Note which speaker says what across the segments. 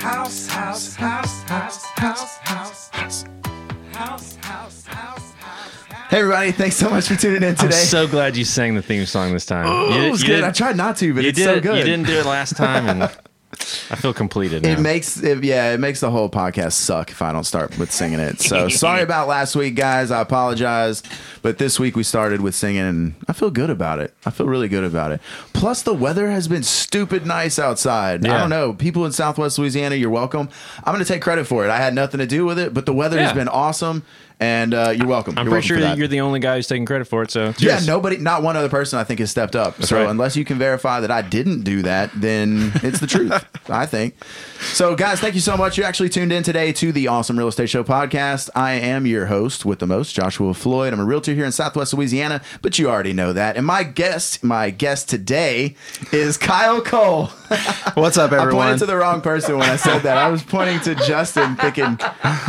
Speaker 1: House, house, house, house, house, house, house, house, house, house, house.
Speaker 2: Hey everybody, thanks so much for tuning in
Speaker 3: I'm
Speaker 2: today.
Speaker 3: so glad you sang the theme song this time.
Speaker 2: Ooh,
Speaker 3: you,
Speaker 2: it was
Speaker 3: you
Speaker 2: good.
Speaker 3: didn't-
Speaker 2: I tried not to, but
Speaker 3: you
Speaker 2: it's
Speaker 3: did,
Speaker 2: so good.
Speaker 3: You didn't do it last time, and I feel completed. Now.
Speaker 2: It makes it, yeah, it makes the whole podcast suck if I don't start with singing it. So sorry about last week, guys. I apologize, but this week we started with singing, and I feel good about it. I feel really good about it. Plus, the weather has been stupid nice outside. I
Speaker 3: Yeah.
Speaker 2: don't know, people in Southwest Louisiana, you're welcome. I'm going to take credit for it. I had nothing to do with it, but the weather has
Speaker 3: Yeah.
Speaker 2: been awesome, and uh, you're welcome.
Speaker 3: I'm
Speaker 2: You're
Speaker 3: pretty sure
Speaker 2: welcome for that.
Speaker 3: you're the only guy who's taking credit for it. So
Speaker 2: Yeah,
Speaker 3: cheers.
Speaker 2: nobody, not one other person, I think, has stepped up. so
Speaker 3: right.
Speaker 2: unless you can verify that I didn't do that, then it's the truth, I think. So, guys, thank you so much. You actually tuned in today to the Awesome Real Estate Show podcast. I am your host with the most, Joshua Floyd. I'm a realtor here in Southwest Louisiana, but you already know that. And my guest, my guest today is Kyle Cole.
Speaker 4: What's up,
Speaker 2: I
Speaker 4: everyone?
Speaker 2: pointed to the wrong person when I said that. I was pointing to Justin, thinking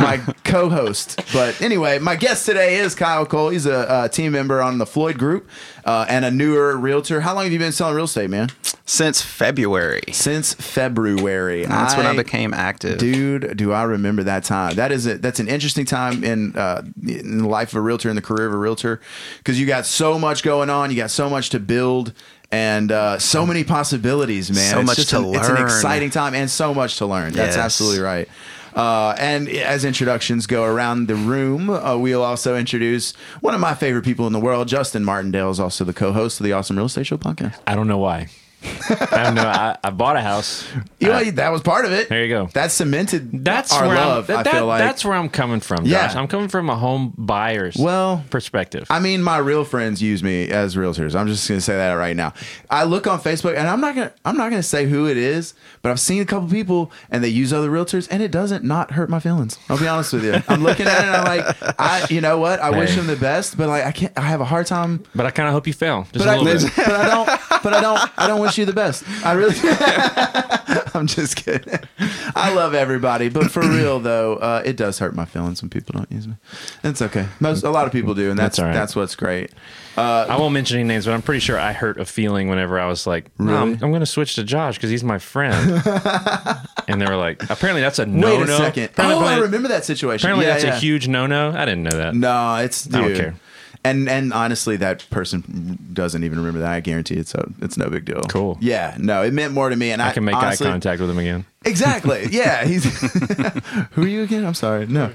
Speaker 2: my co-host. But anyway, my guest today is Kyle Cole. He's a, uh team member on the Floyd Group uh, and a newer realtor. How long have you been selling real estate, man?
Speaker 4: Since February,
Speaker 2: Since February.
Speaker 4: that's when I became active.
Speaker 2: Dude, do I remember that time? That is a, that's an interesting time in uh, in the life of a realtor, in the career of a realtor, because you got so much going on, you got so much to build, and uh, so many possibilities, man.
Speaker 4: So
Speaker 2: it's
Speaker 4: much
Speaker 2: just
Speaker 4: to
Speaker 2: an, It's an
Speaker 4: learn.
Speaker 2: exciting time and so much to learn. That's
Speaker 4: Yes.
Speaker 2: absolutely right. Uh, and as introductions go around the room, uh, we'll also introduce one of my favorite people in the world, Justin Martindale, is also the co-host of the Awesome Real Estate Show podcast.
Speaker 3: I don't know why. I have no. I, I bought a house.
Speaker 2: You know, that was part of it.
Speaker 3: There you go.
Speaker 2: That cemented
Speaker 3: That's
Speaker 2: our
Speaker 3: where
Speaker 2: love.
Speaker 3: I'm, that-
Speaker 2: I feel
Speaker 3: that-
Speaker 2: like
Speaker 3: that's where I'm coming from.
Speaker 2: Yeah.
Speaker 3: Josh. I'm coming from a home buyer's
Speaker 2: Well,
Speaker 3: perspective.
Speaker 2: I mean, my real friends use me as realtors. I'm just gonna say that right now. I look on Facebook, and I'm not gonna I'm not gonna say who it is, but I've seen a couple people, and they use other realtors, and it doesn't not hurt my feelings. I'll be honest with you. I'm looking at it, and I'm like, I, you know what? I wish
Speaker 3: Hey.
Speaker 2: them the best, but like, I can't. I have a hard time.
Speaker 3: but I kind of hope you fail. Just
Speaker 2: But
Speaker 3: a
Speaker 2: I,
Speaker 3: little bit.
Speaker 2: but I don't. But I don't. I don't wish you the best. I really. I'm just kidding. I love everybody, but for real though, uh, it does hurt my feelings when people don't use me. It's okay. Most a lot of people do, and that's
Speaker 3: That's all right.
Speaker 2: that's what's great.
Speaker 3: I won't mention any names, but I'm pretty sure I hurt a feeling whenever I was like, no, I'm,
Speaker 2: Really?
Speaker 3: going to switch to Josh because he's my friend. and they were like, apparently that's a no
Speaker 2: Wait a
Speaker 3: no.
Speaker 2: second.
Speaker 3: Apparently,
Speaker 2: oh, I remember that situation.
Speaker 3: apparently
Speaker 2: Yeah,
Speaker 3: that's
Speaker 2: yeah.
Speaker 3: a huge no no. I didn't know that.
Speaker 2: No, it's dude.
Speaker 3: I don't care.
Speaker 2: And and honestly, that person doesn't even remember that. I guarantee it. So it's no big deal.
Speaker 3: Cool.
Speaker 2: Yeah. No, it meant more to me. And I,
Speaker 3: I can make
Speaker 2: honestly,
Speaker 3: eye contact with him again.
Speaker 2: Exactly. Yeah. He's who are you again? I'm sorry. No.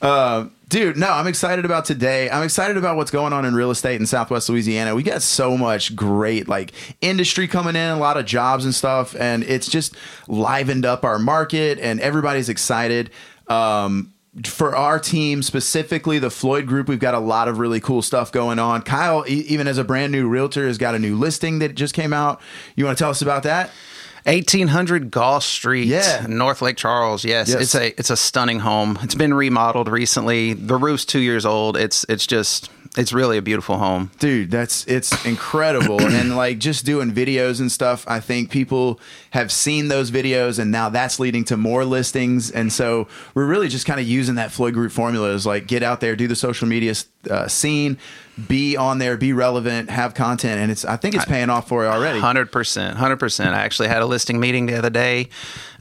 Speaker 2: Uh, dude, no, I'm excited about today. I'm excited about what's going on in real estate in Southwest Louisiana. We got so much great like industry coming in, a lot of jobs and stuff, and it's just livened up our market and everybody's excited. Um for our team specifically the floyd group we've got a lot of really cool stuff going on kyle e- even as a brand new realtor has got a new listing that just came out you want to tell us about that
Speaker 4: 1800 Goss Street,
Speaker 2: Yeah.
Speaker 4: North Lake Charles. Yes,
Speaker 2: Yes.
Speaker 4: it's a it's a stunning home. It's been remodeled recently. The roof's two years old. It's it's just it's really a beautiful home.
Speaker 2: dude that's it's incredible and like just doing videos and stuff i think people have seen those videos and now that's leading to more listings and so we're really just kind of using that floyd group formula is like get out there do the social media uh, scene be on there be relevant have content and it's i think it's paying off for it already
Speaker 4: Hundred percent, hundred percent. I actually had a listing meeting the other day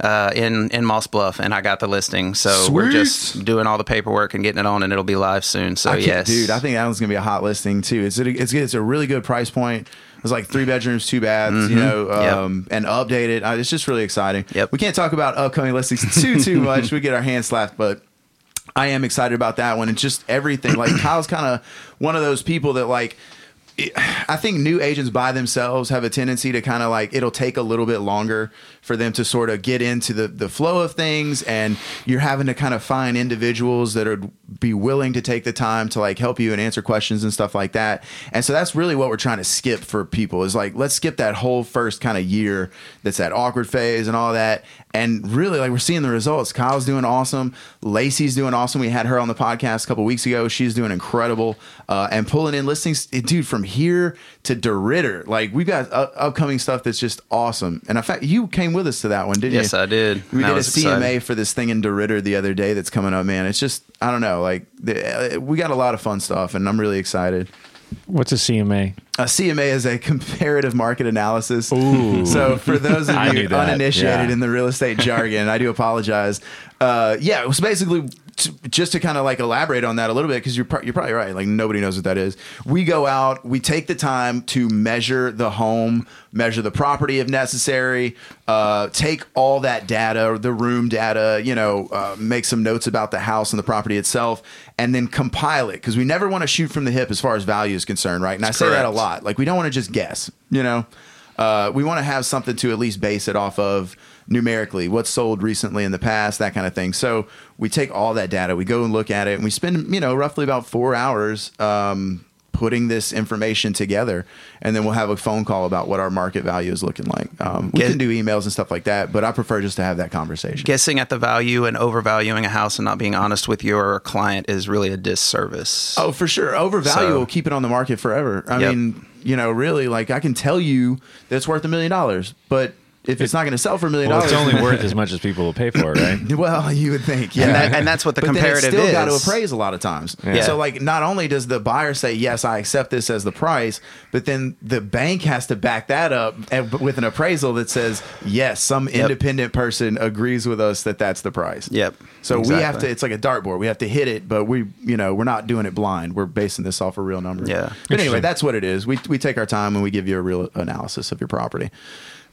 Speaker 4: uh, in in Moss Bluff, and I got the listing. So we're
Speaker 2: Sweet.
Speaker 4: just doing all the paperwork and getting it on, and it'll be live soon. So
Speaker 2: I can't-
Speaker 4: yes,
Speaker 2: dude i think that one's gonna be a hot listing too it's it's good it's a really good price point it's like three bedrooms, two baths, you know,
Speaker 4: Mm-hmm. Yep.
Speaker 2: um, and updated. Uh, It's just really exciting.
Speaker 4: Yep.
Speaker 2: We can't talk about upcoming listings too too much. we get our hands slapped, but I am excited about that one. It's just everything. Like Kyle's kind of one of those people that like. I think new agents by themselves have a tendency to kind of like it'll take a little bit longer for them to sort of get into the the flow of things, and you're having to kind of find individuals that would be willing to take the time to like help you and answer questions and stuff like that. And so that's really what we're trying to skip for people is like let's skip that whole first kind of year that's that awkward phase and all that, and really like we're seeing the results. Kyle's doing awesome. Lacey's doing awesome. We had her on the podcast a couple weeks ago. She's doing incredible uh, and pulling in listings, eh, dude, from here to DeRitter. Like we've got uh, upcoming stuff that's just awesome. And in fact, you came with us to that one, didn't
Speaker 4: Yes,
Speaker 2: you?
Speaker 4: I did.
Speaker 2: We
Speaker 4: And I
Speaker 2: did a
Speaker 4: was
Speaker 2: CMA
Speaker 4: excited.
Speaker 2: for this thing in DeRitter the other day that's coming up, man. It's just I don't know, like the, eh, we got a lot of fun stuff, and I'm really excited.
Speaker 3: What's a CMA?
Speaker 2: A CMA is a comparative market analysis. So for those of
Speaker 3: I
Speaker 2: you
Speaker 3: knew that,
Speaker 2: uninitiated
Speaker 3: yeah.
Speaker 2: in the real estate jargon, I do apologize. Uh, yeah, it was basically t- just to kind of like elaborate on that a little bit because you're pro- you're probably right. Like nobody knows what that is. We go out, we take the time to measure the home, measure the property if necessary, uh, take all that data, the room data, you know, uh, make some notes about the house and the property itself, and then compile it because we never want to shoot from the hip as far as value is concerned, right? And I say that a
Speaker 4: correct.
Speaker 2: lot. Like we don't want to just guess, you know. Uh, we want to have something to at least base it off of numerically, what's sold recently in the past, that kind of thing. So we take all that data, we go and look at it, and we spend you know roughly about four hours um, putting this information together, and then we'll have a phone call about what our market value is looking like. Um, we
Speaker 4: Get-
Speaker 2: can do emails and stuff like that, but I prefer just to have that conversation.
Speaker 4: Guessing at the value and overvaluing a house and not being honest with your client is really a disservice.
Speaker 2: Oh, for sure. Overvalue
Speaker 4: So-
Speaker 2: will keep it on the market forever. I
Speaker 4: Yep.
Speaker 2: mean, you know, really, like I can tell you that it's worth a million dollars, but if it's not going to sell for a million
Speaker 3: Well,
Speaker 2: dollars,
Speaker 3: it's only worth as much as people will pay for it, right?
Speaker 2: well, you would think, yeah.
Speaker 4: And, that, and that's what the
Speaker 2: but
Speaker 4: comparative
Speaker 2: then it's still
Speaker 4: is.
Speaker 2: got to appraise a lot of times.
Speaker 3: Yeah.
Speaker 2: So like, not only does the buyer say yes, I accept this as the price, but then the bank has to back that up and- with an appraisal that says yes, some independent person agrees with us that that's the price.
Speaker 4: Yep.
Speaker 2: So we have
Speaker 4: Exactly.
Speaker 2: to. It's like a dartboard. We have to hit it, but we, you know, we're not doing it blind. We're basing this off a real number.
Speaker 4: Yeah.
Speaker 2: But anyway,
Speaker 3: Interesting.
Speaker 2: that's what it is. We we take our time and we give you a real analysis of your property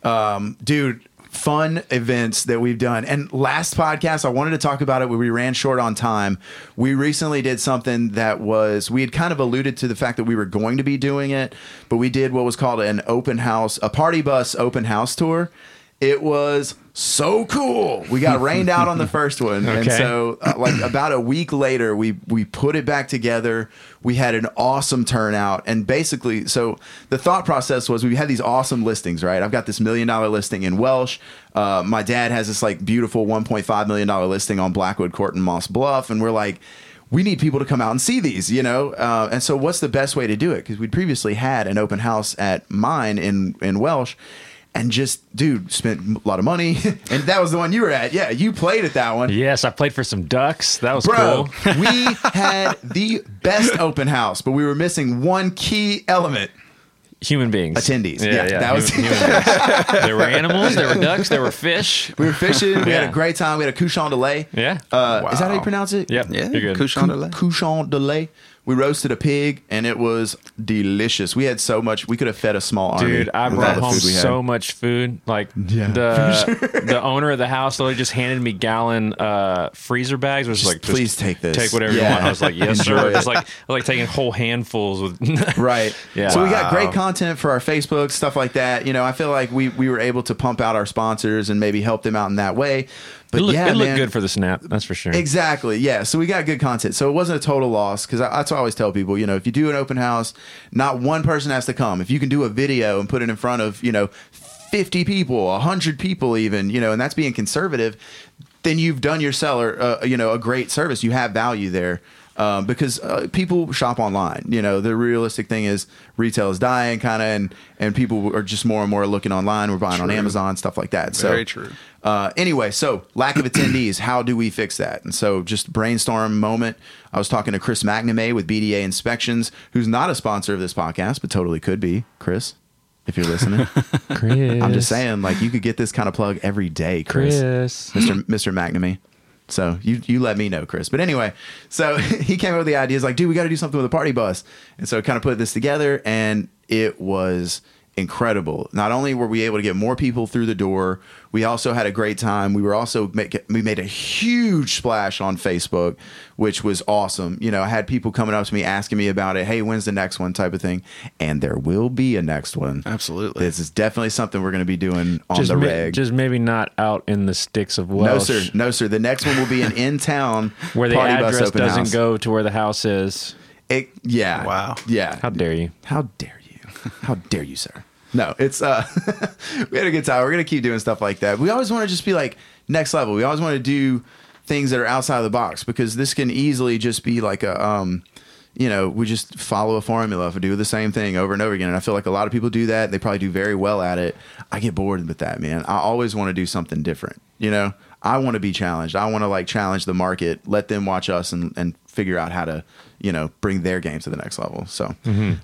Speaker 2: um, dude fun events that we've done and last podcast i wanted to talk about it when we ran short on time we recently did something that was we had kind of alluded to the fact that we were going to be doing it but we did what was called an open house a party bus open house tour it was so cool we got rained out on the first one and
Speaker 3: Okay.
Speaker 2: so uh, like about a week later we we put it back together we had an awesome turnout and basically so the thought process was we had these awesome listings right i've got this million dollar listing in welsh uh, my dad has this like beautiful 1.5 million dollar listing on blackwood court in moss bluff and we're like we need people to come out and see these, you know. Uh, and so, what's the best way to do it? Because we'd previously had an open house at mine in in Welsh, and just dude spent a lot of money, and that was the one you were at. Yeah, you played at that one.
Speaker 3: Yes, I played for some ducks. That was
Speaker 2: Bro,
Speaker 3: cool.
Speaker 2: we had the best open house, but we were missing one key element.
Speaker 3: Human beings,
Speaker 2: Attendees. Yeah, that was-
Speaker 3: human, human beings. There were animals. There were ducks. There were fish.
Speaker 2: We were fishing. We had a
Speaker 3: Yeah.
Speaker 2: great time. We had a couchon de lait.
Speaker 3: Yeah.
Speaker 2: Uh, Is that how you
Speaker 4: Wow.
Speaker 2: pronounce it?
Speaker 3: Yep.
Speaker 4: yeah,
Speaker 3: You're good.
Speaker 4: couchon de lait.
Speaker 2: Couchon de lait. We roasted a pig, and it was delicious. We had so much. We could have fed a small army.
Speaker 3: Dude, I
Speaker 2: with all
Speaker 3: brought
Speaker 2: the
Speaker 3: home
Speaker 2: food we had.
Speaker 3: so much food. Like
Speaker 2: Yeah,
Speaker 3: the the owner of the house literally just handed me gallon uh, freezer bags. Was like, just
Speaker 2: please take this.
Speaker 3: take whatever
Speaker 2: Yeah.
Speaker 3: you want. I was like, yes,
Speaker 2: Enjoy
Speaker 3: sir.
Speaker 2: it.
Speaker 3: It's like I like taking whole handfuls with.
Speaker 2: Right.
Speaker 3: Yeah.
Speaker 2: So we got
Speaker 4: Wow.
Speaker 2: great content for our Facebook, stuff like that. You know, I feel like we we were able to pump out our sponsors and maybe help them out in that way. But
Speaker 3: It looked,
Speaker 2: yeah,
Speaker 3: it looked
Speaker 2: man.
Speaker 3: good for the snap. That's for sure.
Speaker 2: Exactly. Yeah. So we got good content. So it wasn't a total loss because that's what I always tell people. You know, if you do an open house, not one person has to come. If you can do a video and put it in front of you know, fifty people, hundred people, even you know, and that's being conservative, then you've done your seller uh, you know a great service. You have value there. Um, because uh, people shop online, you know the realistic thing is retail is dying, kind of, and and people are just more and more looking online. We're buying on Amazon, stuff like that. So
Speaker 4: Very true.
Speaker 2: uh, anyway, so lack of attendees, how do we fix that? And so just brainstorm moment. I was talking to Chris McNamee with BDA Inspections, who's not a sponsor of this podcast, but totally could be. Chris, if you're listening,
Speaker 3: Chris,
Speaker 2: I'm just saying, like you could get this kind of plug every day, Chris. Mr. Mr. McNamee. So you you let me know, Chris. But anyway, so he came up with the idea. He's like, dude, we got to do something with a party bus. And so kind of put this together, and it was incredible. Not only were we able to get more people through the door, we also had a great time. We were also make, we made a huge splash on Facebook, which was awesome. You know, I had people coming up to me asking me about it. Hey, when's the next one? Type of thing. And there will be a next one.
Speaker 4: Absolutely.
Speaker 2: This is definitely something we're going to be doing on
Speaker 3: Just,
Speaker 2: the
Speaker 3: ma-
Speaker 2: reg.
Speaker 3: just maybe not out in the sticks of
Speaker 2: No,
Speaker 3: Welsh,
Speaker 2: sir. No, sir. The next one will be an in town
Speaker 3: where the
Speaker 2: party bus
Speaker 3: address
Speaker 2: open
Speaker 3: doesn't
Speaker 2: house.
Speaker 3: go to where the house is.
Speaker 2: It, yeah.
Speaker 4: Wow.
Speaker 2: Yeah.
Speaker 3: How dare you?
Speaker 2: How dare you? How dare you, sir? No, it's uh we had a good time. We're gonna keep doing stuff like that. We always want to just be like next level. We always want to do things that are outside of the box because this can easily just be like a um you know, we just follow a formula for do the same thing over and over again. And I feel like a lot of people do that. They probably do very well at it. I get bored with that, man. I always want to do something different. You know, I want to be challenged. I want to like challenge the market. Let them watch us and and figure out how to you know bring their game to the next level. So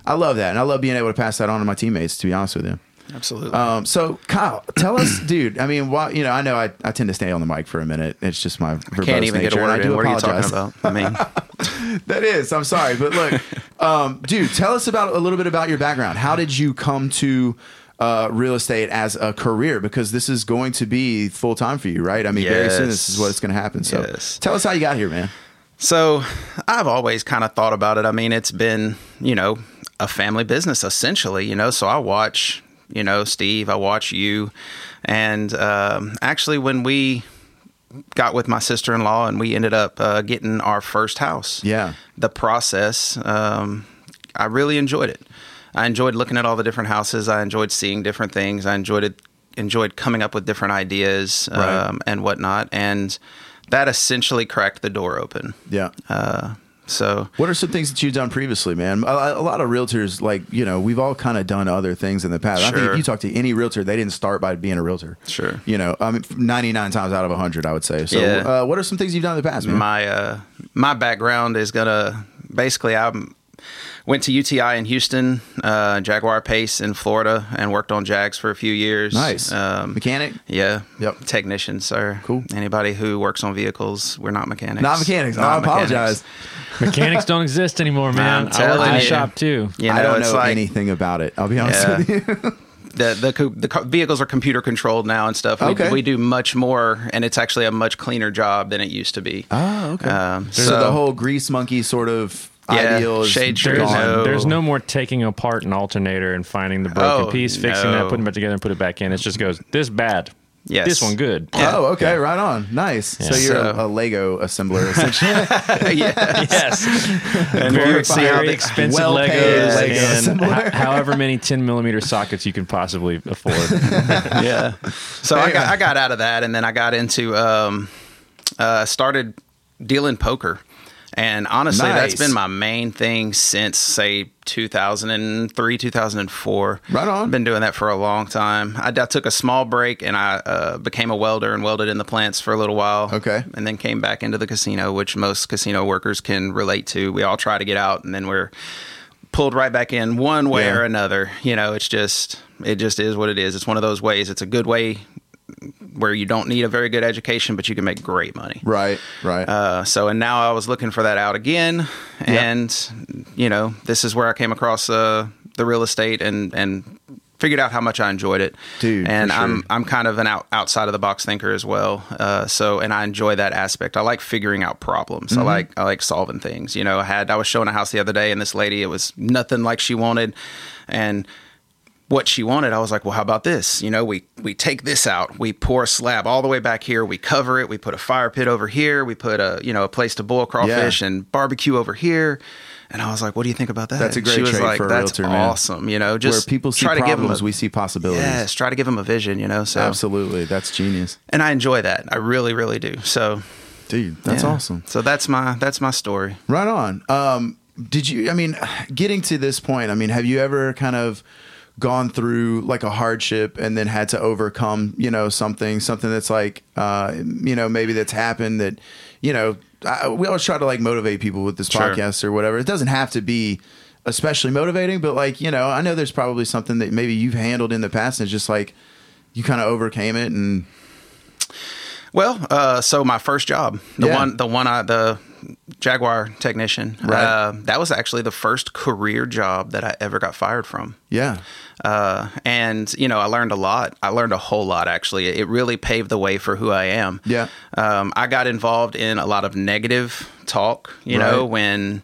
Speaker 2: I love that, and I love being able to pass that on to my teammates. To be honest with you.
Speaker 4: Absolutely.
Speaker 2: Um, so Kyle, tell us, dude. I mean, why, you know, I know I, I tend to stay on the mic for a minute. It's just my verbose
Speaker 4: Can't even
Speaker 2: nature,
Speaker 4: get a
Speaker 2: and
Speaker 4: word
Speaker 2: I do
Speaker 4: in. What are you
Speaker 2: apologize.
Speaker 4: talking about? I mean,
Speaker 2: That is. I'm sorry, but look, um, dude, tell us about a little bit about your background. How did you come to uh, real estate as a career? Because this is going to be full time for you, right? I mean, very soon this is
Speaker 4: Yes.
Speaker 2: what's going to happen. So,
Speaker 4: Yes.
Speaker 2: tell us how you got here, man.
Speaker 4: So I've always kind of thought about it. I mean, it's been, you know, a family business essentially, you know. So I watch, you know, Steve, I watch you. And um, actually, when we got with my sister in law and we ended up uh, getting our first house,
Speaker 2: Yeah.
Speaker 4: the process, um, I really enjoyed it. I enjoyed looking at all the different houses. I enjoyed seeing different things. I enjoyed it, enjoyed coming up with different ideas um,
Speaker 2: Right.
Speaker 4: and whatnot. And that essentially cracked the door open.
Speaker 2: Yeah.
Speaker 4: So
Speaker 2: What are some things that you've done previously, man? A, a lot of realtors, like you know, we've all kind of done other things in the past. I think
Speaker 4: Sure.
Speaker 2: if you talk to any realtor, they didn't start by being a realtor.
Speaker 4: Sure.
Speaker 2: You know, I mean, ninety nine times out of hundred, I would say. So,
Speaker 4: Yeah.
Speaker 2: uh, what are some things you've done in the past, man?
Speaker 4: my uh, my background is gonna basically I went to UTI in Houston, uh, Jaguar Pace in Florida, and worked on Jags for a few years.
Speaker 2: nice
Speaker 4: Um,
Speaker 2: mechanic.
Speaker 4: yeah.
Speaker 2: Yep.
Speaker 4: Technicians, sir.
Speaker 2: Cool.
Speaker 4: Anybody who works on vehicles, we're not mechanics.
Speaker 2: Not mechanics. I
Speaker 4: Not mechanics.
Speaker 2: apologize.
Speaker 3: Mechanics don't exist anymore, man.
Speaker 4: I'm
Speaker 3: I worked
Speaker 4: telling
Speaker 3: in a
Speaker 4: you.
Speaker 3: shop too.
Speaker 4: You know,
Speaker 2: I don't
Speaker 4: it's
Speaker 2: know
Speaker 4: like
Speaker 2: anything about it. I'll be honest
Speaker 4: Yeah.
Speaker 2: with you.
Speaker 4: the the co- the co- vehicles are computer controlled now and stuff. We,
Speaker 2: Okay.
Speaker 4: we do much more, and it's actually a much cleaner job than it used to be.
Speaker 2: Oh, okay.
Speaker 4: Um,
Speaker 2: so, the whole grease monkey sort of
Speaker 4: Yeah,
Speaker 2: ideal is
Speaker 4: shade
Speaker 2: gone.
Speaker 4: tree.
Speaker 3: There's
Speaker 4: No.
Speaker 3: no, there's no more taking apart an alternator and finding the broken
Speaker 4: Oh,
Speaker 3: piece, fixing
Speaker 4: no.
Speaker 3: that, putting it back together, and put it back in. It just goes this bad.
Speaker 4: Yes.
Speaker 3: This one good.
Speaker 4: Yeah.
Speaker 2: Oh, okay, right on. Nice. So you're a- a
Speaker 4: So-
Speaker 2: Lego assembler, essentially.
Speaker 4: yeah.
Speaker 3: Yes.
Speaker 4: And
Speaker 3: very,
Speaker 4: you would see how
Speaker 3: very
Speaker 4: they-
Speaker 3: expensive
Speaker 2: well-paid
Speaker 3: Legos
Speaker 2: Lego
Speaker 3: and
Speaker 2: assembler.
Speaker 3: ho- however many 10 millimeter sockets you can possibly afford.
Speaker 4: yeah. So I got I got out of that, and then I got into um, uh, started dealing poker, and honestly,
Speaker 2: Nice.
Speaker 4: that's been my main thing since say 2003, 2004.
Speaker 2: Right on.
Speaker 4: Been doing that for a long time. I, I took a small break, and I uh, became a welder and welded in the plants for a little while.
Speaker 2: Okay.
Speaker 4: and then came back into the casino, which most casino workers can relate to. We all try to get out, and then we're pulled right back in one way
Speaker 2: Yeah.
Speaker 4: or another. You know, it's just it just is what it is. It's one of those ways. It's a good way where you don't need a very good education, but you can make great money.
Speaker 2: right, right.
Speaker 4: Uh, so and now I was looking for that out again, and you know this is where I came across uh, the real estate and and figured out how much I enjoyed it,
Speaker 2: Dude, for
Speaker 4: And
Speaker 2: sure.
Speaker 4: I'm I'm kind of an out, outside of the box thinker as well. Uh, so and I enjoy that aspect. I like figuring out problems.
Speaker 2: Mm-hmm.
Speaker 4: I like I like solving things. You know, I had I was showing a house the other day, and this lady it was nothing like she wanted, and what she wanted, I was like, well, how about this? You know, we we take this out, we pour a slab all the way back here, we cover it, we put a fire pit over here, we put a you know a place to boil crawfish and barbecue over here. And I was like, what do you think about that?
Speaker 2: That's a great
Speaker 4: She was
Speaker 2: trait
Speaker 4: like,
Speaker 2: for a
Speaker 4: that's
Speaker 2: realtor, man.
Speaker 4: awesome. You know,
Speaker 2: Where
Speaker 4: just
Speaker 2: people see
Speaker 4: try to give
Speaker 2: problems,
Speaker 4: them a,
Speaker 2: we see possibilities.
Speaker 4: yes, try to give them a vision. You know, so
Speaker 2: Absolutely. That's genius.
Speaker 4: and I enjoy that. I really, really do. So
Speaker 2: Dude, that's
Speaker 4: yeah.
Speaker 2: awesome.
Speaker 4: So that's my that's my story.
Speaker 2: Right on. Um, did you? I mean, getting to this point, I mean, have you ever kind of gone through like a hardship and then had to overcome, you know, something, something that's like, uh, you know, maybe that's happened that, you know, I, we always try to like motivate people with this
Speaker 4: Sure.
Speaker 2: podcast or whatever. It doesn't have to be especially motivating, but like, you know, I know there's probably something that maybe you've handled in the past and it's just like you kind of overcame it and
Speaker 4: Well, uh, so my first job, the
Speaker 2: Yeah.
Speaker 4: one, the one, I, the Jaguar technician,
Speaker 2: Right.
Speaker 4: uh, that was actually the first career job that I ever got fired from.
Speaker 2: yeah.
Speaker 4: Uh, and you know, I learned a lot. I learned a whole lot actually. It really paved the way for who I am.
Speaker 2: Yeah.
Speaker 4: Um, I got involved in a lot of negative talk. You know,
Speaker 2: Right.
Speaker 4: when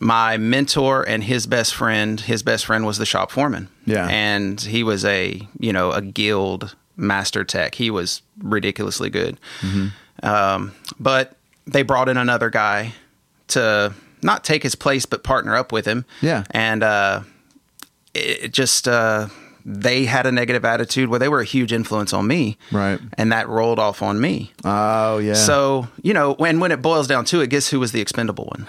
Speaker 4: my mentor and his best friend, his best friend was the shop foreman.
Speaker 2: Yeah.
Speaker 4: And he was a, you know, a guild master tech. He was ridiculously good.
Speaker 2: Mm-hmm.
Speaker 4: Um, but they brought in another guy to not take his place, but partner up with him.
Speaker 2: Yeah.
Speaker 4: And, uh, it it just, uh, they had a negative attitude where they were a huge influence on me.
Speaker 2: Right.
Speaker 4: And that rolled off on me.
Speaker 2: Oh yeah.
Speaker 4: So, you know, when when it boils down to it, guess who was the expendable one?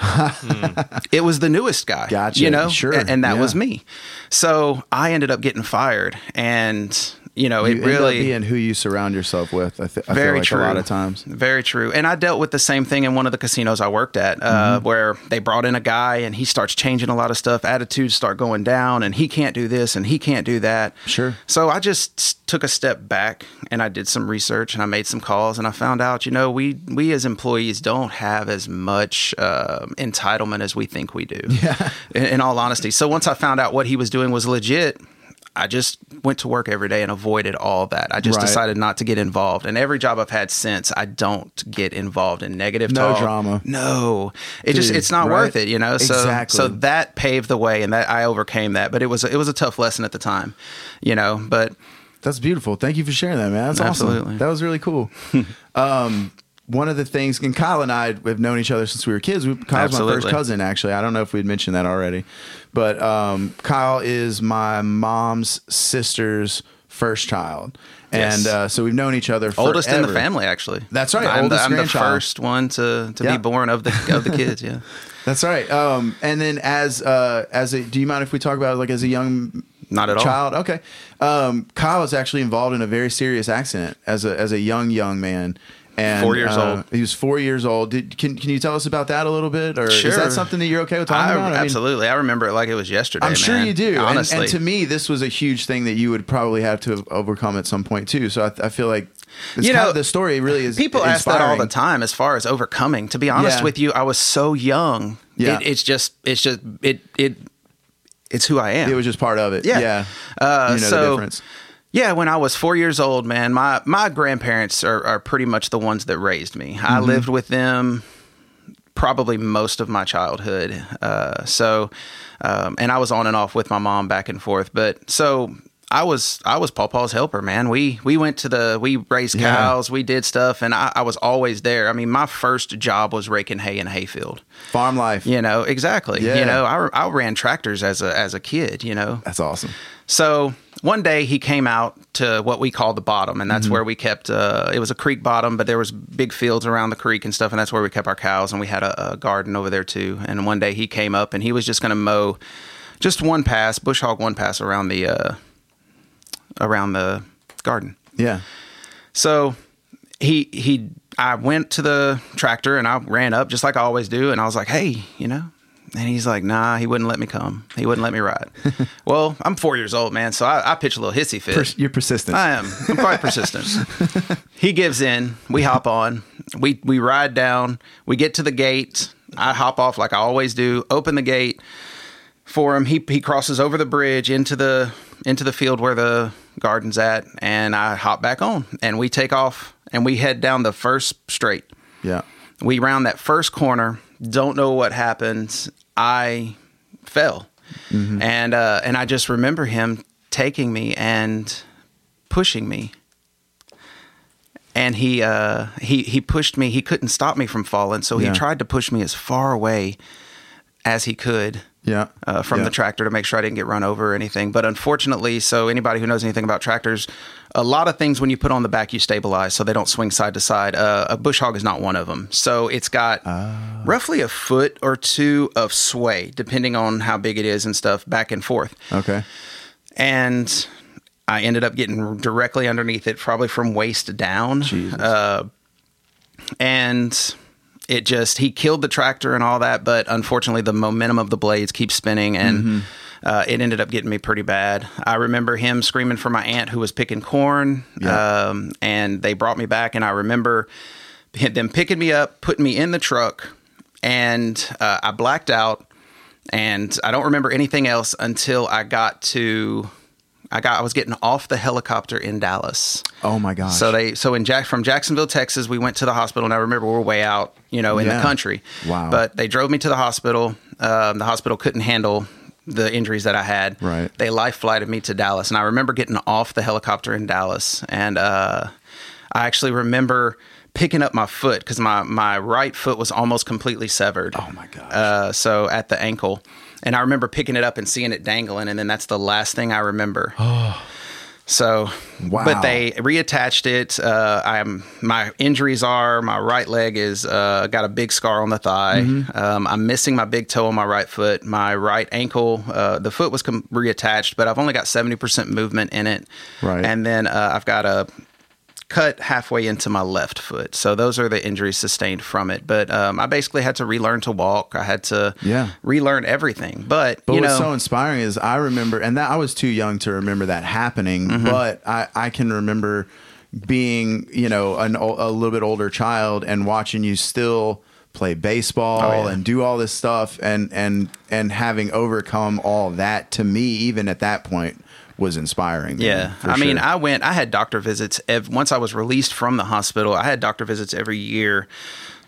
Speaker 4: It was the newest guy.
Speaker 2: Hmm. Gotcha.
Speaker 4: You know,
Speaker 2: Sure.
Speaker 4: A- And that
Speaker 2: Yeah.
Speaker 4: was me. So I ended up getting fired. And, you know,
Speaker 2: You
Speaker 4: it
Speaker 2: end up
Speaker 4: really
Speaker 2: being who you surround yourself with. I, th- I feel
Speaker 4: very
Speaker 2: like
Speaker 4: true
Speaker 2: a lot of times.
Speaker 4: very true and i dealt with the same thing in one of the casinos i worked at uh,
Speaker 2: Mm-hmm.
Speaker 4: where they brought in a guy and he starts changing a lot of stuff attitudes start going down and he can't do this and he can't do that
Speaker 2: Sure.
Speaker 4: so i just s- took a step back and i did some research and i made some calls and i found out you know we we as employees don't have as much um entitlement as we think we do yeah. in, in all honesty so once i found out what he was doing was legit I just went to work every day and avoided all that. I just
Speaker 2: Right.
Speaker 4: decided not to get involved. And every job I've had since, I don't get involved in negative
Speaker 2: No
Speaker 4: talk.
Speaker 2: drama.
Speaker 4: No. It just
Speaker 2: Dude,
Speaker 4: it's not
Speaker 2: right?
Speaker 4: worth it, you know. So
Speaker 2: Exactly.
Speaker 4: so that paved the way and that I overcame that, but it was it was a tough lesson at the time, you know, but
Speaker 2: That's beautiful. Thank you for sharing that, man. That's
Speaker 4: Absolutely.
Speaker 2: awesome. That was really cool. um, one of the things, and Kyle and I have known each other since we were kids. We, Kyle's my first
Speaker 4: Absolutely.
Speaker 2: cousin, actually. I don't know if we'd mentioned that already, but um, Kyle is my mom's sister's first child,
Speaker 4: Yes.
Speaker 2: and uh, so we've known each other.
Speaker 4: oldest in the
Speaker 2: forever.
Speaker 4: family actually.
Speaker 2: That's right,
Speaker 4: I'm, the,
Speaker 2: oldest
Speaker 4: I'm the
Speaker 2: grandchild.
Speaker 4: first one to to
Speaker 2: Yeah.
Speaker 4: be born of the of the kids, yeah.
Speaker 2: That's right. Um, and then as uh, as a, do you mind if we talk about like as a young
Speaker 4: Not at all.
Speaker 2: child? Okay, um, Kyle was actually involved in a very serious accident as a as a young young man. And,
Speaker 4: Four years
Speaker 2: uh,
Speaker 4: old.
Speaker 2: He was four years old. Did, can can you tell us about that a little bit, or is
Speaker 4: Sure.
Speaker 2: that something that you're okay with talking
Speaker 4: I,
Speaker 2: about? I mean,
Speaker 4: absolutely. I remember it like it was yesterday.
Speaker 2: I'm sure
Speaker 4: man.
Speaker 2: you do. And-
Speaker 4: Honestly.
Speaker 2: and, to me, this was a huge thing that you would probably have to have overcome at some point too. So I, I feel like it's
Speaker 4: You
Speaker 2: kind
Speaker 4: know,
Speaker 2: of the story really is.
Speaker 4: people ask that all
Speaker 2: inspiring.
Speaker 4: the time as far as overcoming to be honest
Speaker 2: Yeah.
Speaker 4: with you i was so young
Speaker 2: Yeah.
Speaker 4: it, it's just it's just it it it's who i am
Speaker 2: It was just part of it.
Speaker 4: Yeah.
Speaker 2: yeah.
Speaker 4: Uh,
Speaker 2: you know the
Speaker 4: so-
Speaker 2: difference.
Speaker 4: yeah, when I was four years old, man, my my grandparents are, are pretty much the ones that raised me.
Speaker 2: Mm-hmm.
Speaker 4: I lived with them probably most of my childhood. Uh, so, um, and I was on and off with my mom back and forth. But so I was I was Paw Paw's helper, man. We we went to the we raised
Speaker 2: Yeah.
Speaker 4: cows, we did stuff, and I, I was always there. I mean, my first job was raking hay in a hayfield.
Speaker 2: Farm life.
Speaker 4: You know exactly.
Speaker 2: Yeah.
Speaker 4: You know, I, I ran tractors as a as a kid. You know,
Speaker 2: That's awesome.
Speaker 4: so one day he came out to what we call the bottom, and that's where we kept. Uh, it was a creek bottom, but there was big fields around the creek and stuff, and that's where we kept our cows, and we had a, a garden over there too. And one day he came up, and he was just going to mow just one pass, bush hog one pass around the uh, around the garden.
Speaker 2: Yeah.
Speaker 4: So he he I went to the tractor and I ran up just like I always do and I was like, "Hey, you know." And he's like, "Nah, he wouldn't let me come. He wouldn't let me ride." well, I'm 4 years old, man, so I, I pitch a little hissy fit.
Speaker 2: Pers- you're persistent.
Speaker 4: I am. I'm quite persistent. he gives in. We hop on. We we ride down. We get to the gate. I hop off like I always do. Open the gate for him. He he crosses over the bridge into the into the field where the garden's at, and I hop back on. And we take off and we head down the first straight.
Speaker 2: yeah.
Speaker 4: We round that first corner. Don't know what happens. I fell, and uh, and I just remember him taking me and pushing me. And he uh, he he pushed me. He couldn't stop me from falling, so
Speaker 2: Yeah.
Speaker 4: he tried to push me as far away as he could
Speaker 2: Yeah.
Speaker 4: uh, from
Speaker 2: Yeah.
Speaker 4: the tractor to make sure I didn't get run over or anything. But unfortunately, so anybody who knows anything about tractors, a lot of things when you put on the back, you stabilize so they don't swing side to side. Uh, a bush hog is not one of them. So it's got roughly a foot or two of sway, depending on how big it is and stuff, back and forth.
Speaker 2: Okay.
Speaker 4: And I ended up getting directly underneath it, probably from waist down.
Speaker 2: Jesus.
Speaker 4: Uh, and it just he killed the tractor and all that but unfortunately the momentum of the blades keeps spinning and uh, it ended up getting me pretty bad i remember him screaming for my aunt who was picking corn
Speaker 2: Yeah.
Speaker 4: um, and they brought me back and i remember them picking me up putting me in the truck and uh, i blacked out and i don't remember anything else until i got to i got i was getting off the helicopter in dallas
Speaker 2: Oh my gosh.
Speaker 4: so they so in Jack from Jacksonville, Texas, we went to the hospital, and I remember we were way out, you know, in
Speaker 2: Yeah.
Speaker 4: the country.
Speaker 2: Wow.
Speaker 4: But they drove me to the hospital. Um, the hospital couldn't handle the injuries that I had.
Speaker 2: Right.
Speaker 4: They life flighted me to Dallas, and I remember getting off the helicopter in Dallas, and uh, I actually remember picking up my foot because my my right foot was almost completely severed.
Speaker 2: Oh my gosh.
Speaker 4: Uh, so at the ankle. And I remember picking it up and seeing it dangling, and then that's the last thing I remember. So,
Speaker 2: Oh. Wow.
Speaker 4: but they reattached it. Uh, I'm my injuries are my right leg is uh, got a big scar on the thigh.
Speaker 2: Mm-hmm.
Speaker 4: Um, I'm missing my big toe on my right foot. My right ankle, uh, the foot was com- reattached, but I've only got 70% movement in it.
Speaker 2: Right.
Speaker 4: and then uh, I've got a cut halfway into my left foot. So those are the injuries sustained from it. But um, I basically had to relearn to walk. I had to
Speaker 2: Yeah.
Speaker 4: relearn everything. But,
Speaker 2: But
Speaker 4: you
Speaker 2: what's
Speaker 4: know,
Speaker 2: so inspiring is I remember, and that I was too young to remember that happening,
Speaker 4: Mm-hmm.
Speaker 2: but I, I can remember being, you know, an, o- a little bit older child and watching you still play baseball
Speaker 4: Oh, yeah.
Speaker 2: and do all this stuff and, and, and having overcome all that to me, even at that point was inspiring.
Speaker 4: Yeah,
Speaker 2: for
Speaker 4: I mean,
Speaker 2: sure.
Speaker 4: I went. I had doctor visits. Ev- once I was released from the hospital, I had doctor visits every year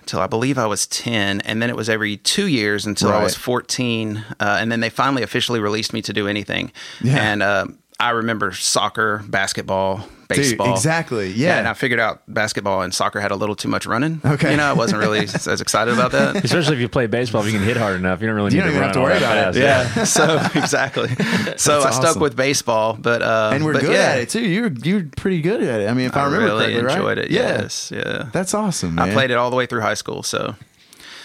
Speaker 4: until I believe I was ten, and then it was every two years until I was
Speaker 2: Right.
Speaker 4: fourteen, uh, and then they finally officially released me to do anything.
Speaker 2: Yeah.
Speaker 4: And uh, I remember soccer, basketball, baseball,
Speaker 2: exactly, yeah.
Speaker 4: And I figured out basketball and soccer had a little too much running.
Speaker 2: Okay.
Speaker 4: you know, I wasn't really as as excited about that.
Speaker 3: Especially if you play baseball, if you can hit hard enough, you don't really
Speaker 2: You
Speaker 3: need
Speaker 2: don't
Speaker 3: to
Speaker 2: even
Speaker 3: run
Speaker 2: have to
Speaker 3: all
Speaker 2: worry
Speaker 3: that
Speaker 2: about
Speaker 3: fast.
Speaker 2: it.
Speaker 3: Yeah.
Speaker 4: so exactly. So I
Speaker 2: That's
Speaker 4: stuck
Speaker 2: awesome.
Speaker 4: with baseball, but um,
Speaker 2: and we're
Speaker 4: but
Speaker 2: good
Speaker 4: yeah,
Speaker 2: at it too. You're, you're pretty good at it. I mean, if I,
Speaker 4: I,
Speaker 2: remember
Speaker 4: really
Speaker 2: correctly, right?
Speaker 4: enjoyed it.
Speaker 2: Yeah.
Speaker 4: Yes, yeah.
Speaker 2: That's awesome.
Speaker 4: I
Speaker 2: man.
Speaker 4: played it all the way through high school, so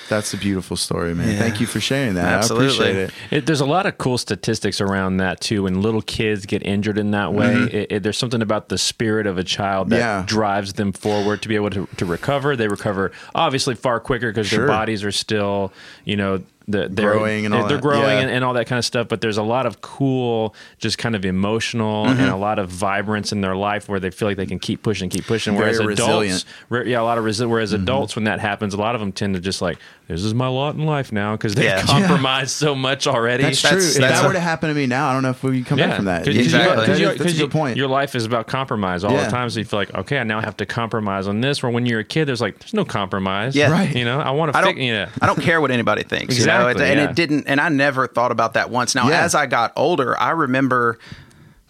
Speaker 2: That's a beautiful story, man.
Speaker 4: Yeah.
Speaker 2: Thank you for sharing that. I
Speaker 4: Absolutely.
Speaker 2: appreciate it.
Speaker 3: It, there's a lot of cool statistics around that too. When little kids get injured in that way, it, it, there's something about the spirit of a child that
Speaker 2: Mm-hmm. Yeah.
Speaker 3: drives them forward to be able to, to recover. They recover obviously far quicker because
Speaker 2: Sure.
Speaker 3: their bodies are still, you know, the, they're
Speaker 2: Growing and all
Speaker 3: they're, they're
Speaker 2: that.
Speaker 3: growing
Speaker 2: Yeah.
Speaker 3: and, and all that kind of stuff. But there's a lot of cool, just kind of emotional
Speaker 2: Mm-hmm.
Speaker 3: and a lot of vibrance in their life where they feel like they can keep pushing, keep pushing.
Speaker 2: Very
Speaker 3: Whereas
Speaker 2: resilient.
Speaker 3: adults, re- yeah, a lot of resi- whereas
Speaker 2: Mm-hmm.
Speaker 3: adults when that happens, a lot of them tend to just like, this is my lot in life now because they
Speaker 4: Yeah.
Speaker 3: have compromised so much already.
Speaker 2: That's,
Speaker 4: That's-
Speaker 2: true. if
Speaker 4: that's
Speaker 2: that
Speaker 4: a-
Speaker 2: were to happen to me now, I don't know if we can come back from that.
Speaker 3: Cause you-
Speaker 4: Exactly.
Speaker 3: Cause you,
Speaker 2: That is- that's
Speaker 3: cause
Speaker 2: a
Speaker 3: you-
Speaker 2: good point.
Speaker 3: Your life is about compromise all
Speaker 2: Yeah.
Speaker 3: the time. So you feel like, okay, now I have to compromise on this. Where when you're a kid, there's like, there's no compromise.
Speaker 4: Yeah.
Speaker 2: Right.
Speaker 3: You know, I want to
Speaker 4: I don't.
Speaker 3: fix, you know.
Speaker 4: I don't care what anybody thinks. you know?
Speaker 3: Exactly,
Speaker 4: and, and
Speaker 3: yeah.
Speaker 4: it didn't. And I never thought about that once. Now,
Speaker 2: Yeah.
Speaker 4: as I got older, I remember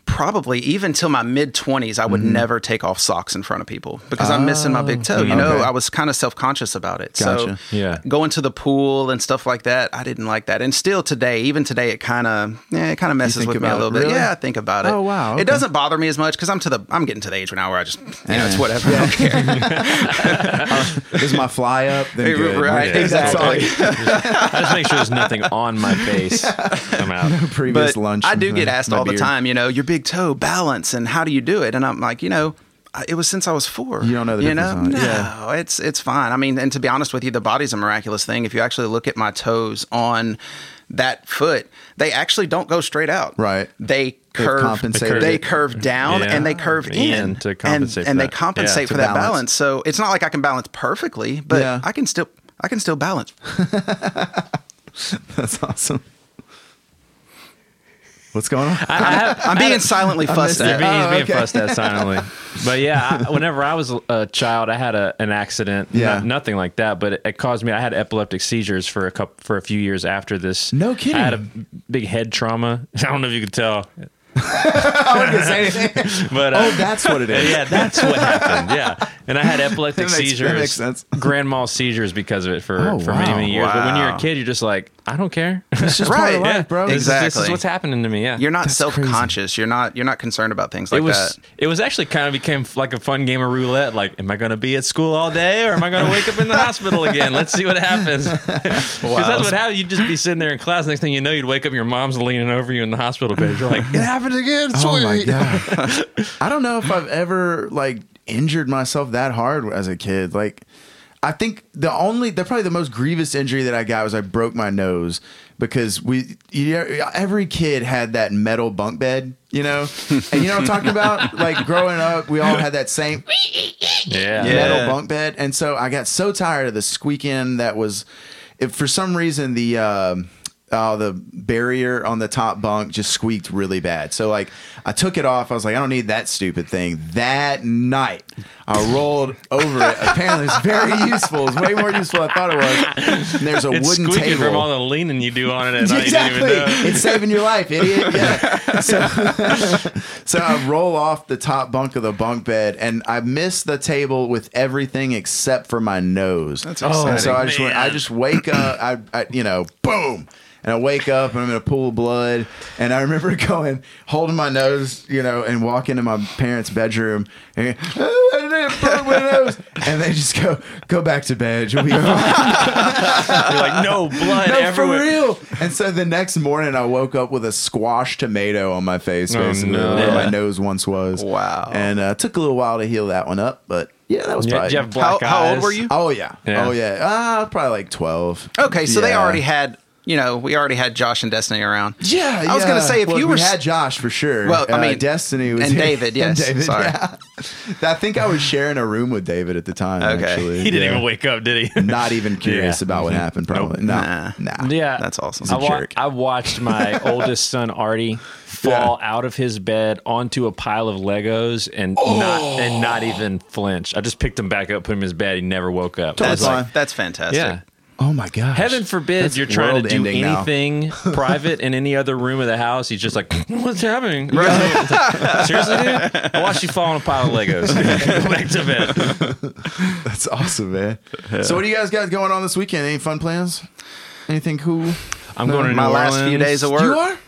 Speaker 4: probably even till my mid twenties, I would
Speaker 2: Mm-hmm.
Speaker 4: never take off socks in front of people because I'm missing my big toe. You know,
Speaker 2: Ah, Okay.
Speaker 4: I was kind of self conscious about it.
Speaker 2: Gotcha.
Speaker 4: So
Speaker 3: Yeah.
Speaker 4: going to the pool and stuff like that, I didn't like that. And still today, even today, it kind of yeah, it kind of messes
Speaker 2: think
Speaker 4: with me a
Speaker 2: about it?
Speaker 4: little bit.
Speaker 2: Really?
Speaker 4: Yeah, I think about it.
Speaker 2: Oh, wow, okay.
Speaker 4: It doesn't bother me as much because I'm to the I'm getting to the age now where I just you know
Speaker 2: Yeah.
Speaker 4: it's whatever. I don't care.
Speaker 2: is my fly up? Then
Speaker 4: Right,
Speaker 2: good.
Speaker 4: right,
Speaker 2: That's
Speaker 4: exactly.
Speaker 2: all I-
Speaker 3: I just make sure there's nothing on my face. I'm out.
Speaker 2: Previous lunch.
Speaker 4: I do
Speaker 2: and
Speaker 4: get
Speaker 2: my-
Speaker 4: asked
Speaker 2: my
Speaker 4: all the
Speaker 2: beard.
Speaker 4: time, you know, your big toe balance and how do you do it? And I'm like, you know, I- it was since I was four.
Speaker 2: You don't know the
Speaker 4: you
Speaker 2: difference
Speaker 4: know?
Speaker 2: on it.
Speaker 4: No,
Speaker 2: Yeah.
Speaker 4: it's it's fine. I mean, and to be honest with you, the body's a miraculous thing. If you actually look at my toes on that foot, they actually don't go straight out.
Speaker 2: Right. They've
Speaker 4: They curve.
Speaker 2: compensated.
Speaker 4: They curve down
Speaker 3: Yeah.
Speaker 4: and they curve
Speaker 3: In
Speaker 4: in,
Speaker 3: to
Speaker 4: and-
Speaker 3: compensate
Speaker 4: and,
Speaker 3: for
Speaker 4: they
Speaker 3: that.
Speaker 4: compensate
Speaker 3: Yeah,
Speaker 4: for
Speaker 2: to
Speaker 4: that
Speaker 2: balance.
Speaker 4: balance. So it's not like I can balance perfectly, but
Speaker 2: Yeah.
Speaker 4: I can still I can still balance.
Speaker 2: That's awesome. What's going on?
Speaker 3: I, I have,
Speaker 4: I'm being silently fussed
Speaker 3: He's
Speaker 4: at.
Speaker 3: being, he's being
Speaker 2: okay.
Speaker 3: fussed at silently. Oh, But yeah, I, whenever I was a child, I had a, an accident.
Speaker 2: Yeah.
Speaker 3: Not- nothing like that, but it, it caused me. I had epileptic seizures for a couple for a few years after this.
Speaker 2: No kidding.
Speaker 3: I had a big head trauma. I don't know if you could tell,
Speaker 2: I wasn't gonna say anything.
Speaker 3: but uh,
Speaker 2: Oh, that's what it is.
Speaker 3: yeah, that's what happened. Yeah, and I had epileptic
Speaker 2: That makes- that
Speaker 3: seizures,
Speaker 2: makes sense.
Speaker 3: grand mal seizures because of it for
Speaker 2: Oh,
Speaker 3: for many
Speaker 2: wow.
Speaker 3: many years. But when you're
Speaker 4: Wow.
Speaker 3: a kid, you're just like, I don't care. It's
Speaker 2: just part of life, bro.
Speaker 3: This, is
Speaker 4: Exactly.
Speaker 3: what's happening to me. Yeah,
Speaker 4: You're not
Speaker 2: That's crazy.
Speaker 4: self-conscious. You're not. You're not concerned about things like
Speaker 3: it was
Speaker 4: that.
Speaker 3: it was actually kind of became f- like a fun game of roulette. Like, am I going to be at school all day, or am I going to wake up in the hospital again? Let's see what happens. Because that's what happened. You'd just be sitting there in class. Next thing you know, you'd wake up, your mom's leaning over you in the hospital bed. You're like, it happened again. It's
Speaker 2: Oh my
Speaker 3: sweet."
Speaker 2: god! I don't know if I've ever like injured myself that hard as a kid. Like, I think the only, the probably the most grievous injury that I got was I broke my nose because we, you, every kid had that metal bunk bed, you know, and you know what I'm talking about. Like growing up, we all had that same
Speaker 3: Yeah.
Speaker 4: Yeah.
Speaker 2: metal bunk bed, and so I got so tired of the squeaking that was, if for some reason the um uh, the barrier on the top bunk just squeaked really bad. So like I took it off. I was like, I don't need that stupid thing. That night I rolled over it. Apparently it's very useful. It's way more useful than I thought it was. And there's a
Speaker 3: It's
Speaker 2: wooden
Speaker 3: squeaking
Speaker 2: table
Speaker 3: from all the leaning you do on it at night. You
Speaker 2: exactly.
Speaker 3: didn't even know.
Speaker 2: It's saving your life, idiot. Yeah. So, so I roll off the top bunk of the bunk bed, and I miss the table with everything except for my nose. That's
Speaker 4: exciting.
Speaker 2: so I just went, I
Speaker 3: Oh, man.
Speaker 2: just wake up. I, I you know, boom. and I wake up and I'm in a pool of blood. And I remember going, holding my nose, you know, and walk into my parents' bedroom and, oh, I didn't broke my nose. and they just go, go back to bed. You'll be fine."
Speaker 5: You're like, no blood
Speaker 2: no,
Speaker 5: everywhere.
Speaker 2: for real. And so the next morning, I woke up with a squash tomato on my face,
Speaker 5: Oh,
Speaker 2: basically
Speaker 5: no.
Speaker 2: where my
Speaker 5: Yeah.
Speaker 2: nose once was.
Speaker 4: Wow.
Speaker 2: And uh, took a little while to heal that one up, but yeah, that was
Speaker 5: Yeah,
Speaker 2: probably.
Speaker 5: did you have
Speaker 4: How,
Speaker 5: black eyes.
Speaker 4: how old were you?
Speaker 2: oh yeah.
Speaker 5: Yeah.
Speaker 2: oh yeah, Ah, probably like twelve.
Speaker 4: Okay, so they
Speaker 2: Yeah.
Speaker 4: already had, you know, we already had Josh and Destiny around.
Speaker 2: Yeah,
Speaker 4: I was
Speaker 2: yeah.
Speaker 4: gonna say, if
Speaker 2: Well,
Speaker 4: you
Speaker 2: we
Speaker 4: were s-
Speaker 2: had Josh for sure.
Speaker 4: Well, I
Speaker 2: Uh,
Speaker 4: mean,
Speaker 2: Destiny was
Speaker 4: and David, yes, sorry.
Speaker 2: yeah. I think I was sharing a room with David at the time.
Speaker 4: Okay.
Speaker 2: actually.
Speaker 4: He
Speaker 5: He didn't
Speaker 2: Yeah.
Speaker 5: even wake up, did he?
Speaker 2: Not even curious
Speaker 5: Yeah. Mm-hmm.
Speaker 2: about what happened. Probably no,
Speaker 4: Nah.
Speaker 2: nah.
Speaker 3: Yeah,
Speaker 4: That's awesome.
Speaker 3: I,
Speaker 4: He's a
Speaker 3: wa-
Speaker 2: jerk.
Speaker 3: I watched my oldest son Artie fall out of his bed onto a pile of Legos and
Speaker 4: Oh.
Speaker 3: not and not even flinch. I just picked him back up, put him in his bed. He never woke up. I
Speaker 4: That's
Speaker 3: was like,
Speaker 2: fine.
Speaker 4: that's fantastic.
Speaker 3: yeah.
Speaker 2: Oh my gosh.
Speaker 5: Heaven forbid
Speaker 2: That's
Speaker 5: you're trying to do
Speaker 2: world-ending now.
Speaker 5: anything private in any other room of the house. He's just like, what's happening? It's like, Seriously, dude? I watched you fall on a pile of Legos. Go back to bed.
Speaker 2: That's awesome, man. So, what do you guys got going on this weekend? Any fun plans? Anything cool?
Speaker 5: I'm going to
Speaker 4: My
Speaker 5: New
Speaker 4: last few
Speaker 5: Orleans
Speaker 4: days of work.
Speaker 2: You are?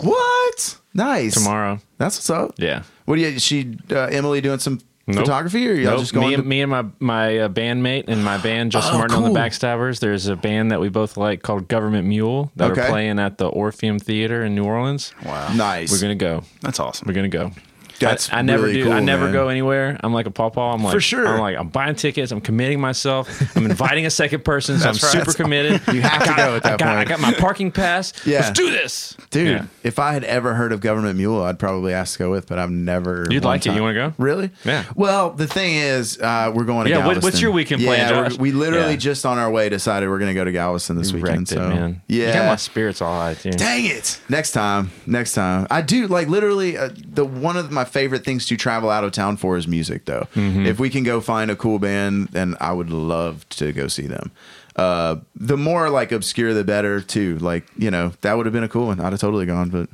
Speaker 2: What? Nice.
Speaker 5: tomorrow.
Speaker 2: That's what's up.
Speaker 3: Yeah.
Speaker 2: What do you? Is she uh, Emily doing some
Speaker 5: Nope.
Speaker 2: photography, or y'all
Speaker 3: Nope.
Speaker 2: just going?
Speaker 3: me,
Speaker 2: to,
Speaker 3: and me and my my uh, bandmate and my band Justin
Speaker 2: Oh,
Speaker 3: Martin on
Speaker 2: cool.
Speaker 3: the Backstabbers. There's a band that we both like called Government Mule that
Speaker 2: Okay.
Speaker 3: are playing at the Orpheum Theater in New Orleans.
Speaker 4: Wow.
Speaker 2: nice.
Speaker 3: We're gonna go.
Speaker 4: That's awesome.
Speaker 3: We're gonna go.
Speaker 2: That's
Speaker 3: I, I never
Speaker 2: really
Speaker 3: do.
Speaker 2: cool,
Speaker 3: I never
Speaker 2: man.
Speaker 3: go anywhere. I'm like a pawpaw. I'm like
Speaker 2: For sure.
Speaker 3: I'm like I'm buying tickets. I'm committing myself. I'm inviting a second person, so I'm
Speaker 4: That's right.
Speaker 3: super committed. You
Speaker 2: have to go at that
Speaker 3: I got, I
Speaker 2: point.
Speaker 3: got my parking pass.
Speaker 2: Yeah.
Speaker 3: Let's do this,
Speaker 2: Dude,
Speaker 3: Yeah.
Speaker 2: if I had ever heard of Government Mule, I'd probably ask to go with, but I've never.
Speaker 3: You'd
Speaker 2: one
Speaker 3: like it. You wanna go?
Speaker 2: Really?
Speaker 3: Yeah.
Speaker 2: Well, the thing is, uh, we're going to
Speaker 3: Yeah, what-
Speaker 2: Galveston.
Speaker 3: what's your weekend plan,
Speaker 2: Yeah, we're-
Speaker 3: Josh?
Speaker 2: we literally
Speaker 3: Yeah.
Speaker 2: just on our way decided we're going to go to Galveston this weekend.
Speaker 3: Wrecked it,
Speaker 2: So,
Speaker 3: man.
Speaker 2: yeah.
Speaker 3: you got my spirits all high too.
Speaker 2: Dang it! Next time, next time. I do like literally uh, the one of my favorite things to travel out of town for is music, though.
Speaker 4: Mm-hmm.
Speaker 2: If we can go find a cool band, then I would love to go see them. Uh, the more like obscure, the better too. Like you know, that would have been a cool one. I'd have totally gone, but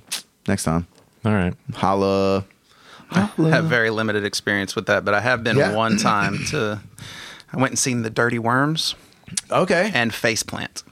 Speaker 2: next time,
Speaker 3: All right.
Speaker 2: holla.
Speaker 4: have very limited experience with that, but I have been
Speaker 2: Yeah.
Speaker 4: one time to. I went and seen the Dirty Worms
Speaker 2: Okay,
Speaker 4: and Faceplant.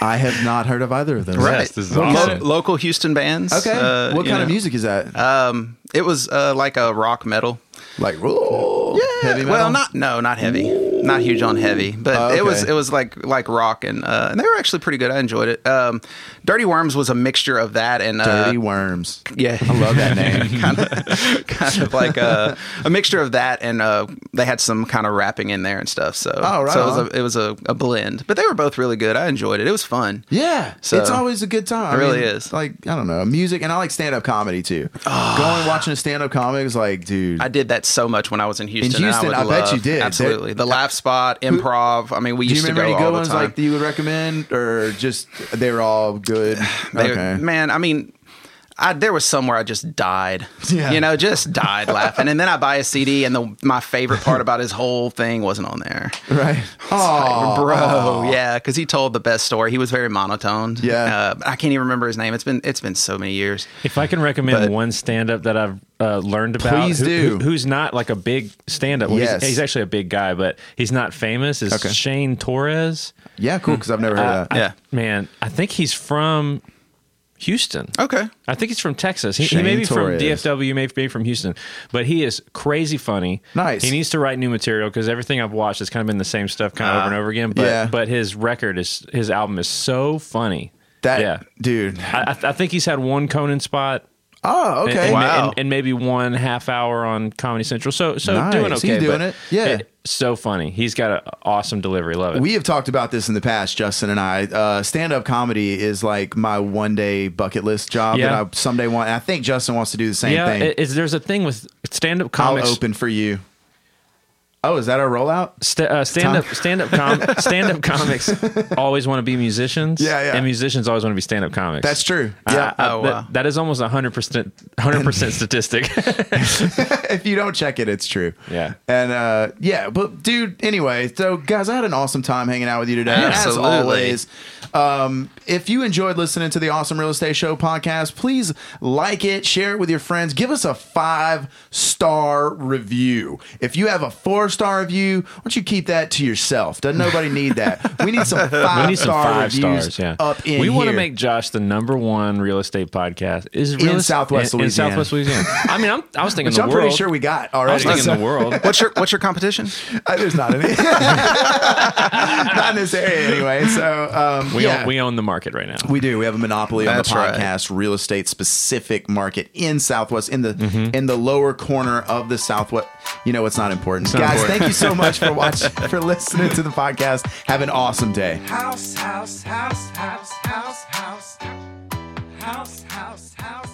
Speaker 2: I have not heard of either of those.
Speaker 4: Right.
Speaker 5: Yes, this is
Speaker 4: Lo-
Speaker 5: awesome.
Speaker 4: local Houston bands.
Speaker 2: Okay,
Speaker 4: uh,
Speaker 2: what
Speaker 4: you
Speaker 2: kind of
Speaker 4: know.
Speaker 2: music is that?
Speaker 4: Um, it was uh, like a rock metal.
Speaker 2: like, oh, heavy metal.
Speaker 4: Well, not no, not heavy, not huge on heavy, but
Speaker 2: Oh,
Speaker 4: it was
Speaker 2: okay.
Speaker 4: it was like like rock and uh, and they were actually pretty good. I enjoyed it. Um, Dirty Worms was a mixture of that and uh,
Speaker 2: Dirty Worms.
Speaker 4: Yeah, I love that name. kind, of, kind of like a, a mixture of that, and uh, they had some kind of rapping in there and stuff. So,
Speaker 2: Oh, right
Speaker 4: so it was,
Speaker 2: on.
Speaker 4: a, it was a, a blend, but they were both really good. I enjoyed it. It was fun.
Speaker 2: Yeah,
Speaker 4: So-
Speaker 2: it's always a good time.
Speaker 4: It really is. Ah.
Speaker 2: Like I don't know, music, and I like stand up comedy too. Going and watching a stand up comic is like, dude,
Speaker 4: I did that so much when I was in Houston. and
Speaker 2: Houston,
Speaker 4: I,
Speaker 2: I
Speaker 4: would
Speaker 2: bet
Speaker 4: love-
Speaker 2: you did.
Speaker 4: absolutely. the laugh spot, improv. I mean, we
Speaker 2: do you
Speaker 4: used to go
Speaker 2: remember any
Speaker 4: all
Speaker 2: good
Speaker 4: the
Speaker 2: ones
Speaker 4: time.
Speaker 2: like that you would recommend, or just they were all good?
Speaker 4: They-
Speaker 2: okay,
Speaker 4: Man, I mean, I, there was somewhere I just died.
Speaker 2: Yeah.
Speaker 4: You know, just died laughing. And then I buy a CD, and the, my favorite part about his whole thing wasn't on there.
Speaker 2: right? Oh,
Speaker 4: bro, yeah, because he told the best story. He was very monotoned.
Speaker 2: Yeah.
Speaker 4: uh, I can't even remember his name. It's been it's been so many years.
Speaker 3: If I can recommend
Speaker 4: But-
Speaker 3: one stand up that I've uh, learned about,
Speaker 2: Please
Speaker 3: who-
Speaker 2: do.
Speaker 3: who- who's not like a big stand up, well,
Speaker 2: Yes.
Speaker 3: he's, he's actually a big guy, but he's not famous, is
Speaker 2: Okay. Uh,
Speaker 3: Shane Torres.
Speaker 2: yeah, cool. Because I've never heard of that.
Speaker 4: Yeah.
Speaker 3: Man, I think he's from Houston.
Speaker 4: Uh, Okay.
Speaker 3: I think he's from Texas. He, he
Speaker 2: Shane
Speaker 3: may be
Speaker 2: Torres.
Speaker 3: from DFW, may be from Houston, but he is crazy funny.
Speaker 2: Nice.
Speaker 3: He needs to write new material because everything I've watched has kind of been the same stuff, kind of over and over again. But
Speaker 2: Uh, yeah.
Speaker 3: but his record is his album is so funny.
Speaker 2: That
Speaker 3: yeah,
Speaker 2: dude.
Speaker 3: I, I, th- I think he's had one Conan spot.
Speaker 2: Oh, okay.
Speaker 3: And, and-
Speaker 4: Wow.
Speaker 3: and, and maybe one half hour on Comedy Central. So so
Speaker 2: Nice.
Speaker 3: doing
Speaker 2: He's
Speaker 3: okay.
Speaker 2: doing
Speaker 3: but
Speaker 2: it. Yeah.
Speaker 3: so funny. He's got an awesome delivery. Love it.
Speaker 2: We have talked about this in the past, Justin and I. Uh, Stand up comedy is like my one day bucket list job
Speaker 3: Yeah.
Speaker 2: that I someday want. I think Justin wants to do the same
Speaker 3: yeah,
Speaker 2: thing.
Speaker 3: it- it's- there's a thing with stand up
Speaker 2: I'll
Speaker 3: comics.
Speaker 2: open for you. Oh, is that our rollout?
Speaker 3: St- uh, stand up,
Speaker 2: Tom-
Speaker 3: stand up, com- stand up comics always want to be musicians.
Speaker 2: Yeah, yeah.
Speaker 3: And musicians always want to be stand up comics.
Speaker 2: That's true.
Speaker 3: I-
Speaker 2: Yeah.
Speaker 3: I-
Speaker 4: Oh,
Speaker 3: that-
Speaker 4: wow.
Speaker 3: that is almost a hundred percent, hundred percent statistic.
Speaker 2: if you don't check it, it's true.
Speaker 3: Yeah.
Speaker 2: And uh, yeah, but dude, anyway, so guys, I had an awesome time hanging out with you today.
Speaker 4: Absolutely.
Speaker 2: As always. Um, if you enjoyed listening to the Awesome Real Estate Show podcast, please like it, share it with your friends, give us a five star review. If you have a four four star review, why don't you keep that to yourself? Doesn't nobody need that? We need some five
Speaker 3: We need some
Speaker 2: star
Speaker 3: five
Speaker 2: reviews
Speaker 3: stars. Yeah,
Speaker 2: up in
Speaker 3: we want to
Speaker 2: here.
Speaker 3: make Josh the number one real estate podcast. Is real est-
Speaker 2: Southwest
Speaker 3: in,
Speaker 2: Louisiana.
Speaker 3: In Southwest Louisiana. I mean, I'm, I was thinking
Speaker 2: Which
Speaker 3: the
Speaker 2: I'm
Speaker 3: world.
Speaker 2: pretty sure we got
Speaker 3: I
Speaker 2: already.
Speaker 3: was thinking the world.
Speaker 4: What's your what's your competition?
Speaker 2: Uh, There's not any. not in this area anyway. So um,
Speaker 3: We
Speaker 2: yeah.
Speaker 3: own, we own the market right now.
Speaker 2: We do. We have a monopoly
Speaker 4: That's
Speaker 2: on
Speaker 4: right.
Speaker 2: the podcast real estate specific market in Southwest in the
Speaker 3: Mm-hmm.
Speaker 2: in the lower corner of the Southwest. You know, it's not important.
Speaker 3: not
Speaker 2: Guys,
Speaker 3: important.
Speaker 2: thank you so much for watching for listening to the podcast. Have an awesome day.
Speaker 6: house house house house house house house house house house